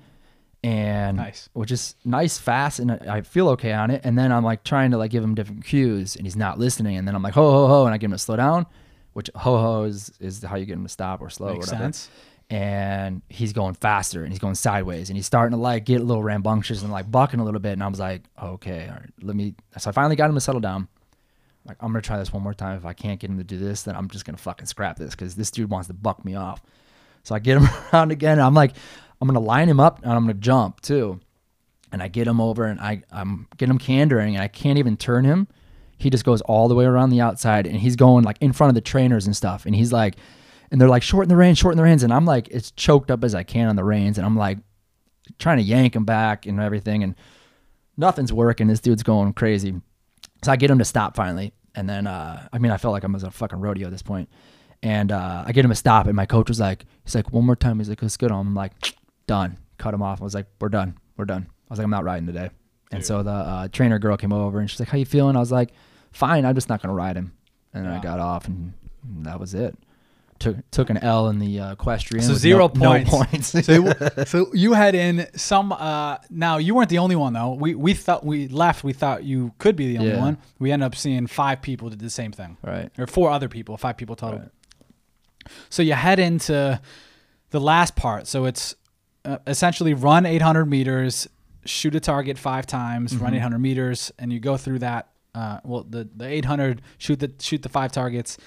and
Nice.
which is nice, fast, and I I feel okay on it. And then I'm like trying to like give him different cues and he's not listening. And then I'm like, ho, ho, ho. And I give him to slow down, which ho, ho is, is how you get him to stop or slow or
Makes
whatever
sense.
and he's going faster and he's going sideways and he's starting to like get a little rambunctious and like bucking a little bit and I was like, okay, all right, let me. So I finally got him to settle down. Like I'm gonna try this one more time. If I can't get him to do this, then I'm just gonna fucking scrap this because this dude wants to buck me off. So I get him around again. And I'm like, I'm gonna line him up and I'm gonna jump too. And I get him over and I I'm getting him cantering and I can't even turn him. He just goes all the way around the outside and he's going like in front of the trainers and stuff. And he's like, and they're like shorten the reins, shorten the reins. And I'm like, it's choked up as I can on the reins. And I'm like trying to yank him back and everything. And nothing's working. This dude's going crazy. So I get him to stop finally. And then, uh, I mean, I felt like I was at a fucking rodeo at this point. And uh, I get him to stop. And my coach was like, he's like, one more time. He's like, let's get on. I'm like, done. Cut him off. I was like, we're done. We're done. I was like, I'm not riding today. And so the uh, trainer girl came over and she's like, how you feeling? I was like, fine. I'm just not going to ride him. And then I
Yeah.
got off and that was it. Took took an L in the uh, equestrian.
So
with
zero
no-
points.
No points.
so, you- so you had in some. Uh, now you weren't the only one though. We we thought we left. We thought you could be the only
Yeah.
one. We ended up seeing five people did the same thing,
right.
or four other people, five people total. So you head into the last part. So it's uh, essentially run 800 meters, shoot a target five times,
Mm-hmm.
run 800 meters, and you go through that. Uh, well, the the 800 shoot the shoot the five targets.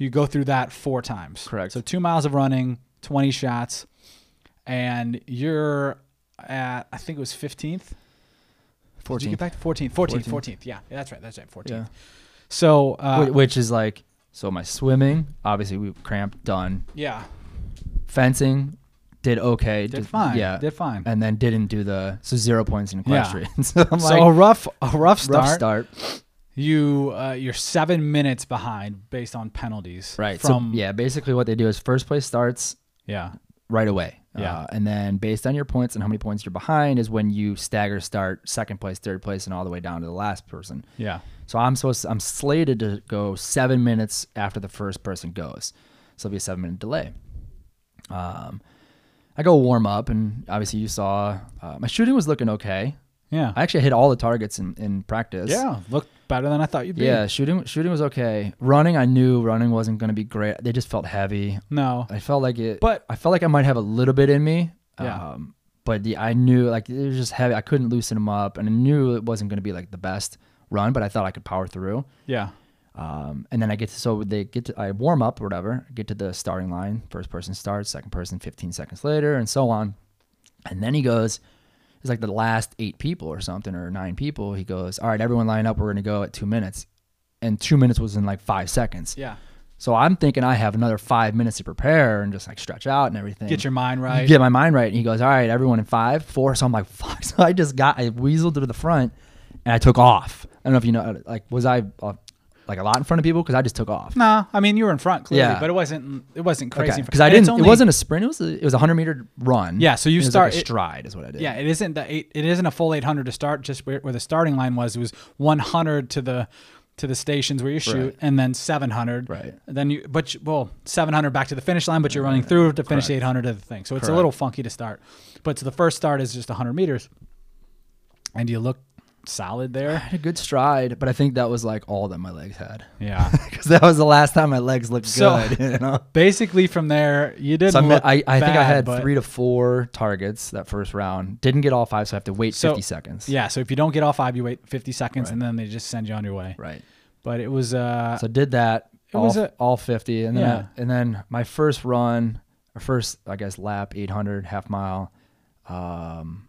You go through that four times.
Correct.
So two miles of running, 20 shots, and you're at I think it was 15th. Did you
14th.
get back to 14th? 14th.
14th.
14th. Yeah, that's right. That's right. 14th.
Yeah.
So uh,
Wh- which is like so my swimming obviously we cramped done
yeah,
fencing did okay
did fine.
yeah
did fine.
and then didn't do the so zero points in
Yeah.
equestrian so I'm
so
like
a rough a rough start.
rough start
You uh, you're seven minutes behind based on penalties.
right
From
so yeah basically what they do is first place starts
yeah
right away
Yeah.
Uh, and then based on your points and how many points you're behind is when you stagger start second place third place and all the way down to the last person
yeah
So I'm supposed I'm slated to go seven minutes after the first person goes. So it'll be a seven minute delay. Um, I go warm up, and obviously you saw uh, my shooting was looking okay.
yeah
I actually hit all the targets in, in practice.
yeah looked better than I thought you'd be.
Yeah, shooting shooting was okay. Running, I knew running wasn't going to be great. They just felt heavy.
No.
I felt like it,
But-
I felt like I might have a little bit in me.
Yeah.
Um, but the, I knew like it was just heavy. I couldn't loosen them up, and I knew it wasn't going to be like the best run. But I thought I could power through.
Yeah.
Um, and then I get to, so they get to, I warm up or whatever, get to the starting line. First person starts, second person 15 seconds later, and so on. And then he goes, it's like the last eight people or something, or nine people. He goes, All right, everyone line up. We're going to go at two minutes. And two minutes was in like five seconds.
Yeah.
So I'm thinking I have another five minutes to prepare and just like stretch out and everything.
Get your mind right.
Get my mind right. And he goes, All right, everyone in five, four. So I'm like, Fuck. So I just got, I weaseled to the front and I took off. I don't know if you know, like, was I, uh, like a lot in front of people because I just took off.
Nah, I mean you were in front clearly,
Yeah.
but it wasn't it wasn't crazy. in front-
because I
and it's
didn't.
only-
it wasn't a sprint. It was a, it was a hundred meter run.
Yeah, so you
It was
start-
like
it-
a stride is what I did.
Yeah, it isn't the eight, it isn't a full 800 to start. Just where, where the starting line was, it was 100 to the to the stations where you shoot,
Right.
and then 700.
Right.
And then you, but you, well, 700 back to the finish line, but you're running through to finish the 800 of the thing. So it's a
Correct.
little funky to start. But so the first start is just 100 meters, and you look solid there.
I had a good stride, but I think that was like all that my legs had
Yeah.
because that was the last time my legs looked
So-
good. You know.
Basically, from there, you didn't.
So I, met,
look
I, I think I
bad,
had
but-
three to four targets that first round. Didn't get all five, so I have to wait
So-
50 seconds.
Yeah, so if you don't get off, you wait 50 seconds,
Right.
and then they just send you on your way.
Right.
But it was uh,
So I did that.
It
all,
was a-
all 50. And then,
Yeah.
I- and then my first run, or first, I guess, lap, 800, half mile. Um,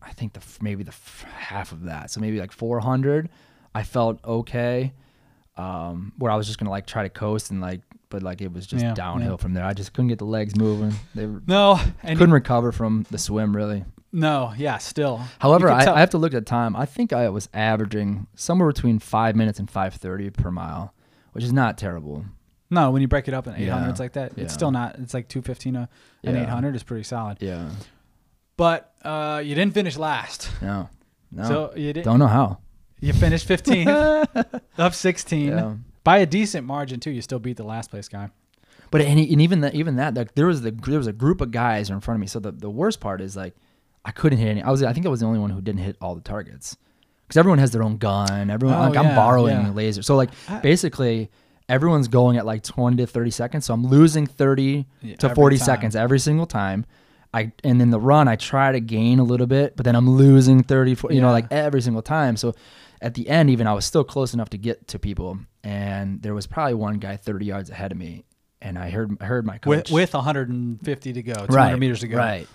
I think the f- maybe the f- half of that. So maybe like 400. I felt okay. Um, where I was just going to like try to coast and like, but like it was just
Yeah,
downhill
yeah.
from there. I just couldn't get the legs moving. They were-
no, and
couldn't recover from the swim really.
no, yeah, still.
However,
You could
I,
tell-
I have to look at the time. I think I was averaging somewhere between five minutes and five thirty per mile, which is not terrible.
No, when you break it up in 800s
Yeah,
like that,
yeah.
it's still not. It's like 215 a, an
Yeah.
800 is pretty solid.
Yeah.
But uh, you didn't finish last.
No. No.
So you did,
Don't know how.
you finished 15th of 16
Yeah.
by a decent margin too. You still beat the last place guy.
But and, and even that, even that, like there was the there was a group of guys in front of me. So the, the worst part is like I couldn't hit any. I was I think I was the only one who didn't hit all the targets because everyone has their own gun. Everyone
Oh,
like
yeah,
I'm borrowing
yeah.
laser. So like
I-
basically everyone's going at like twenty to thirty seconds. So I'm losing thirty
Yeah,
to
every
forty
time.
seconds every single time. I and then the run I try to gain a little bit, but then I'm losing 30, 40, you know,
Yeah.
like every single time. So at the end, even I was still close enough to get to people, and there was probably one guy 30 yards ahead of me, and I heard I heard my coach
With, with 150 to go, 200
right,
meters to go.
right.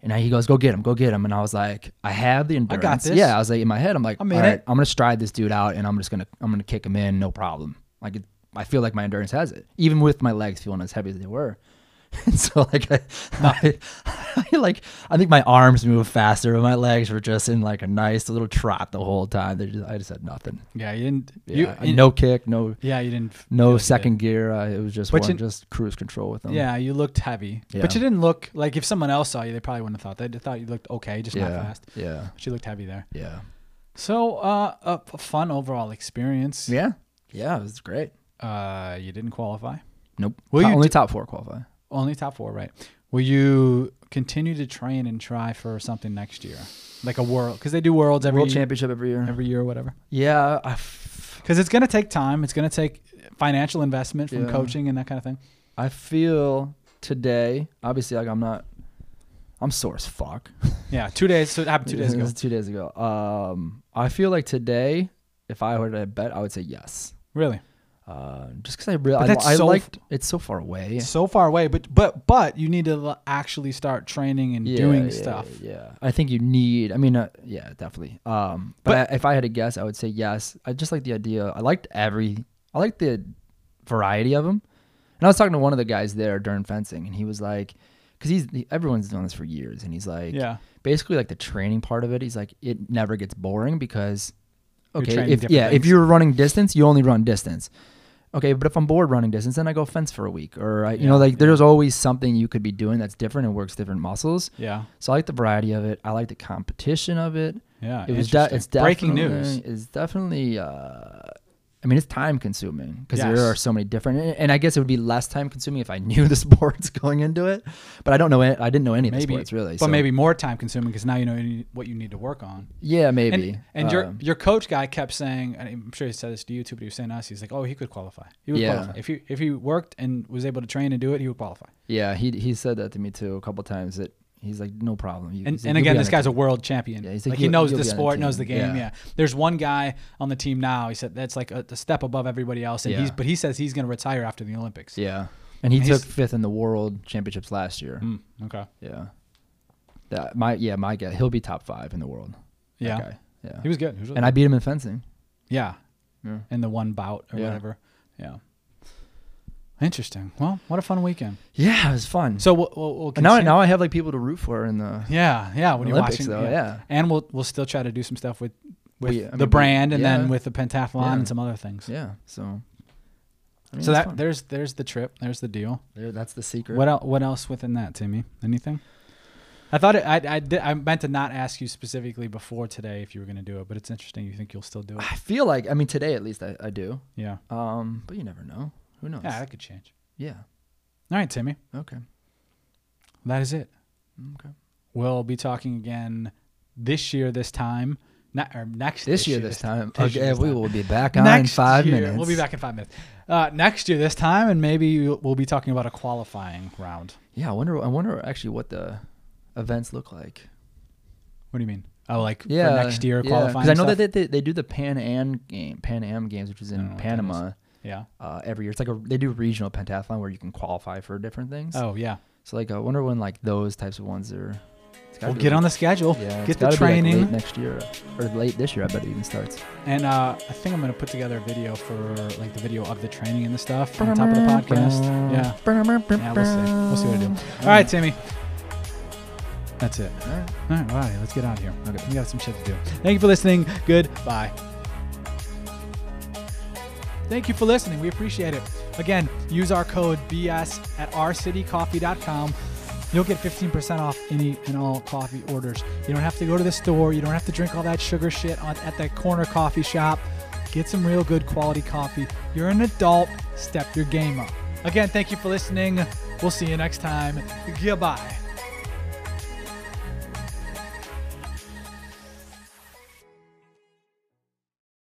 And I, he goes, "Go get him, go get him." And I was like, "I have the endurance."
this.
Yeah, I was like in my head, I'm like,
I'm in
"All right,
it."
I'm gonna stride this dude out, and I'm just gonna I'm gonna kick him in, no problem." Like it, I feel like my endurance has it, even with my legs feeling as heavy as they were. And so like I, I, I, like I think my arms moved faster, but my legs were just in like a nice little trot the whole time. They just, I just had nothing.
Yeah, uh, you didn't.
Yeah,
you,
no kick, no
Yeah, you didn't. feel
no
like you did.
second gear. Uh, it was just
Which
one,
in-
just cruise control with them.
Yeah, you looked heavy, but
Yeah.
you didn't look like if someone else saw you, they probably wouldn't have thought. They thought you looked okay, just
yeah,
not fast.
yeah,
But you looked heavy there.
yeah.
So, uh, a a fun overall experience.
Yeah. Yeah, it was great.
Uh, you didn't qualify.
Nope.
Will
Top-
you
only top four qualify.
Only top four, right? Will you continue to train and try for something next year, like a world? Because they do worlds every
World championship every year.
every year or whatever.
yeah. I, f-
Because it's gonna take time. It's gonna take financial investment from
Yeah.
coaching and that kind of thing.
I feel today, obviously, like I'm not, I'm sore as fuck.
Yeah, two days. So it happened two days
This
ago.
is two days ago. Um, I feel like today, if I were to bet, I would say yes.
Really,
Uh, just because I really,
that's
I, I
so
liked it's so far away.
so far away. But but but you need to l- actually start training and
Yeah,
doing
yeah,
stuff.
Yeah, I think you need. I mean, uh, yeah, definitely. Um, but, I, if I had to guess, I would say yes. I just like the idea. I liked every. I liked the variety of them. And I was talking to one of the guys there during fencing, and he was like, because he's he, everyone's done this for years, and he's like,
Yeah.
basically like the training part of it. He's like, it never gets boring because,
You're
okay,
training
if
different
yeah, if
things.
you're running distance, you only run distance. Okay, but if I'm bored running distance, then I go fence for a week, or I, you know,
Yeah,
like
yeah.
there's always something you could be doing that's different and works different muscles.
Yeah,
So I like the variety of it. I like the competition of it.
yeah.
It was de-
interesting.
it's
breaking
definitely-
news.
It's definitely. Uh, I mean, it's time consuming because
Yes.
there are so many different, and- and I guess it would be less time consuming if I knew the sports going into it. But I don't know. it. I didn't know any of the
Maybe,
sports really.
but
so-
maybe more time consuming because now you know you need- what you need to work on.
yeah,
And-
maybe.
And, your
Um,
your coach guy kept saying, and I'm sure he said this to you too, but he was saying to us, he's like, oh, he could qualify. He would
Yeah.
qualify if he if he worked and was able to train and do it, he would qualify.
yeah, he he said that to me too a couple times. That he's like, no problem. You,
And,
he's like,
and
"You'll be
again,
on
this
the
guy's
team."
a world champion.
Yeah, he's like,
like, he
"You'll-
knows
you'll
the
be on the
sport, knows the
team."
game. Yeah.
Yeah.
there's one guy on the team now. He said that's like a, a step above everybody else, and
Yeah.
he's but he says he's going to retire after the Olympics.
Yeah, and he
And
took
he's-
fifth in the world championships last year.
Mm, okay.
Yeah, that my yeah my guy. He'll be top five in the world. that
Yeah.
guy. yeah.
He was good. He was really
and I beat him in fencing.
Yeah.
Yeah.
In the one bout or
Yeah.
whatever. Yeah. Interesting. Well, what a fun weekend.
Yeah, it was fun. So
So we'll, we'll, we'll
now,
continue-
now I have like people to root for in the
Yeah, yeah. When
Olympics,
you're watching,
though. Yeah.
And we'll we'll still try to do some stuff with with
We- I mean,
the
we-
brand and
yeah.
then with the pentathlon
Yeah.
and some other things.
Yeah. So. I mean,
so
it's
that
fun.
there's there's the trip. There's the deal.
There- that's the secret.
What el- what else within that, Timmy? Anything? I thought it, I I, did, I meant to not ask you specifically before today if you were going to do it, but it's interesting. You think you'll still do it?
I feel like I mean today at least I, I do.
Yeah.
Um, but you never know. Who knows?
Yeah, that could change.
Yeah.
All right, Timmy.
Okay.
That is it.
Okay.
We'll be talking again this year, this time. Not or next
This, year, this time,
This year
okay,
this
we
time.
will be back on in five
year,
minutes.
We'll be back in five minutes. Uh, next year, this time, and maybe we'll be talking about a qualifying round.
Yeah, I wonder. I wonder actually what the events look like.
What do you mean? Oh, like
Yeah,
for next year
yeah.
qualifying.
'Cause I know
stuff? Oh,
that they, they, they do the Pan Am game, Pan Am games, which is
I don't
in
know what that
Panama
yeah.
uh, every year. It's like a they do regional pentathlon where you can qualify for different things.
Oh yeah.
So like I wonder when like those types of ones are. it's gotta
We'll
be
get
like-
on the schedule.
Yeah, it's
get the
gotta be, like, late
training,
next year or late this year. I bet it even starts.
and uh, I think I'm gonna put together a video for like the video of the training and the stuff on top of the podcast. Yeah. Yeah, we'll see. We'll see what I do. All right, Timmy. That's it.
All right.
All right, all right, let's get out of here.
Okay.
We got some shit to do. Thank you for listening. Goodbye. Thank you for listening. We appreciate it. Again, use our code BS at rcitycoffee.com. You'll get 15% off any and all coffee orders. You don't have to go to the store. You don't have to drink all that sugar shit on, at that corner coffee shop. Get some real good quality coffee. You're an adult. Step your game up. Again, thank you for listening. We'll see you next time. Goodbye.